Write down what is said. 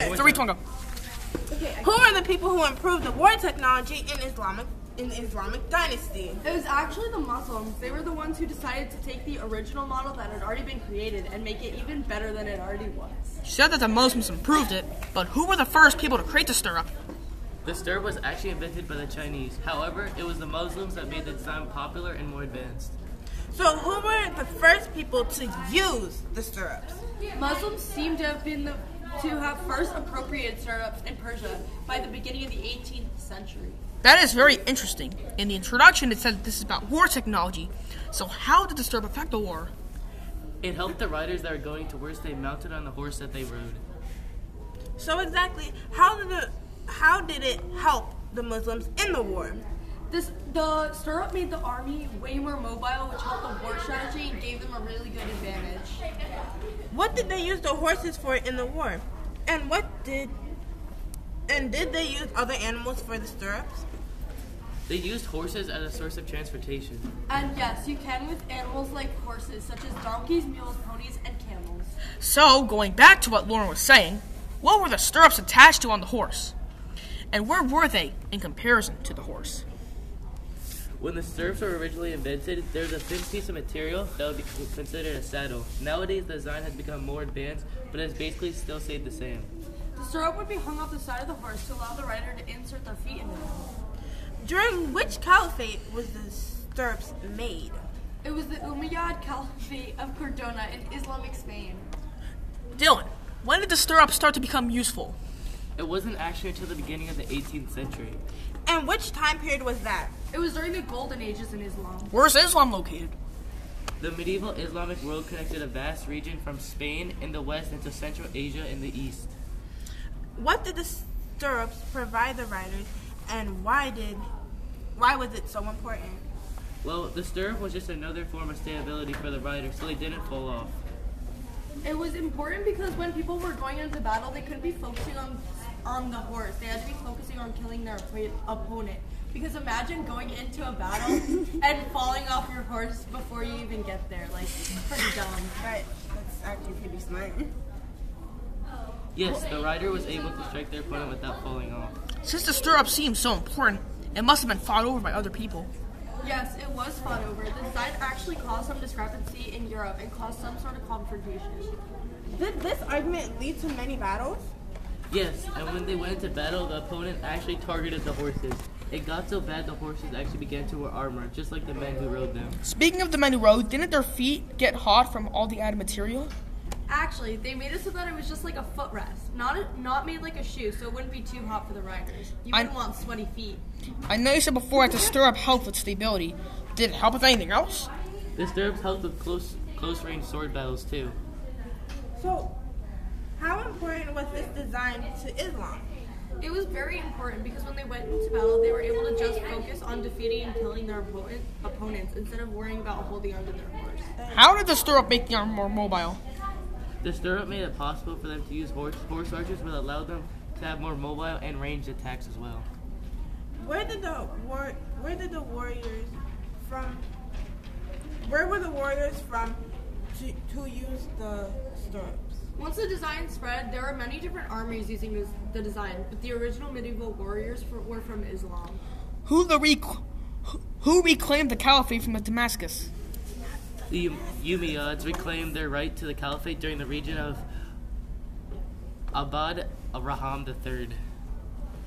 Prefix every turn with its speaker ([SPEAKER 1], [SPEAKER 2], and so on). [SPEAKER 1] Three, two, one, go.
[SPEAKER 2] Who are the people who improved the war technology in Islamic in the Islamic dynasty?
[SPEAKER 3] It was actually the Muslims. They were the ones who decided to take the original model that had already been created and make it even better than it already was.
[SPEAKER 1] She said that the Muslims improved it, but who were the first people to create the stirrup?
[SPEAKER 4] The stir was actually invented by the Chinese. However, it was the Muslims that made the design popular and more advanced.
[SPEAKER 2] So who were the first people to use the stirrups?
[SPEAKER 3] Muslims seem to have been the to have first appropriated stirrups in Persia by the beginning of the 18th century.
[SPEAKER 1] That is very interesting. In the introduction, it says this is about war technology. So how did the stirrup affect the war?
[SPEAKER 4] It helped the riders that were going to war stay mounted on the horse that they rode.
[SPEAKER 2] So exactly how did the how did it help the Muslims in the war?
[SPEAKER 3] This the stirrup made the army way more mobile, which helped the war strategy and gave them a really good advantage.
[SPEAKER 2] What did they use the horses for in the war? And what did and did they use other animals for the stirrups?
[SPEAKER 4] They used horses as a source of transportation.
[SPEAKER 3] And yes, you can with animals like horses, such as donkeys, mules, ponies, and camels.
[SPEAKER 1] So, going back to what Lauren was saying, what were the stirrups attached to on the horse? And where were they in comparison to the horse?
[SPEAKER 4] When the stirrups were originally invented, there was a thin piece of material that would be con- considered a saddle. Nowadays, the design has become more advanced, but it's basically still stayed the same.
[SPEAKER 3] The stirrup would be hung off the side of the horse to allow the rider to insert their feet into it.
[SPEAKER 2] During which caliphate was the stirrups made?
[SPEAKER 3] It was the Umayyad Caliphate of Cordona in Islamic Spain.
[SPEAKER 1] Dylan, when did the stirrup start to become useful?
[SPEAKER 4] It wasn't actually until the beginning of the 18th century.
[SPEAKER 2] And which time period was that?
[SPEAKER 3] It was during the golden ages in Islam.
[SPEAKER 1] Where's Islam located?
[SPEAKER 4] The medieval Islamic world connected a vast region from Spain in the west into Central Asia in the east.
[SPEAKER 2] What did the stirrups provide the riders and why did why was it so important?
[SPEAKER 4] Well, the stirrup was just another form of stability for the rider, so they didn't fall off.
[SPEAKER 3] It was important because when people were going into battle, they couldn't be focusing on on the horse. They had to be focusing on killing their oppo- opponent. Because imagine going into a battle and falling off your horse before you even get there. Like, pretty dumb.
[SPEAKER 2] Right. That's actually pretty smart.
[SPEAKER 4] Yes, the rider was able to strike their opponent without falling off.
[SPEAKER 1] Since the stirrup seems so important, it must have been fought over by other people.
[SPEAKER 3] Yes, it was fought over. The design actually caused some discrepancy in Europe and caused some sort of confrontation.
[SPEAKER 2] Did this argument lead to many battles?
[SPEAKER 4] Yes, and when they went into battle, the opponent actually targeted the horses. It got so bad the horses actually began to wear armor, just like the men who rode them.
[SPEAKER 1] Speaking of the men who rode, didn't their feet get hot from all the added material?
[SPEAKER 3] Actually, they made it so that it was just like a footrest, not a, not made like a shoe, so it wouldn't be too hot for the riders. You
[SPEAKER 1] I'm-
[SPEAKER 3] wouldn't want sweaty feet.
[SPEAKER 1] I know you said before that the stirrup helped with stability. Did it help with anything else?
[SPEAKER 4] The stirrups helped with close close range sword battles too.
[SPEAKER 2] So how important was this design to Islam?
[SPEAKER 3] It was very important because when they went into battle, they were able to just focus on defeating and killing their opponent, opponents instead of worrying about holding onto their horse.
[SPEAKER 1] How did the stirrup make the arm more mobile?
[SPEAKER 4] The stirrup made it possible for them to use horse horse archers, which allowed them to have more mobile and ranged attacks as well.
[SPEAKER 2] Where did the war where did the warriors from where were the warriors from to, to use the stirrups?
[SPEAKER 3] Once the design spread, there were many different armies using this, the design, but the original medieval warriors for, were from Islam.
[SPEAKER 1] Who the rec- who- who reclaimed the caliphate from the Damascus?
[SPEAKER 4] The Um- Umayyads reclaimed their right to the caliphate during the region of Abad Raham III.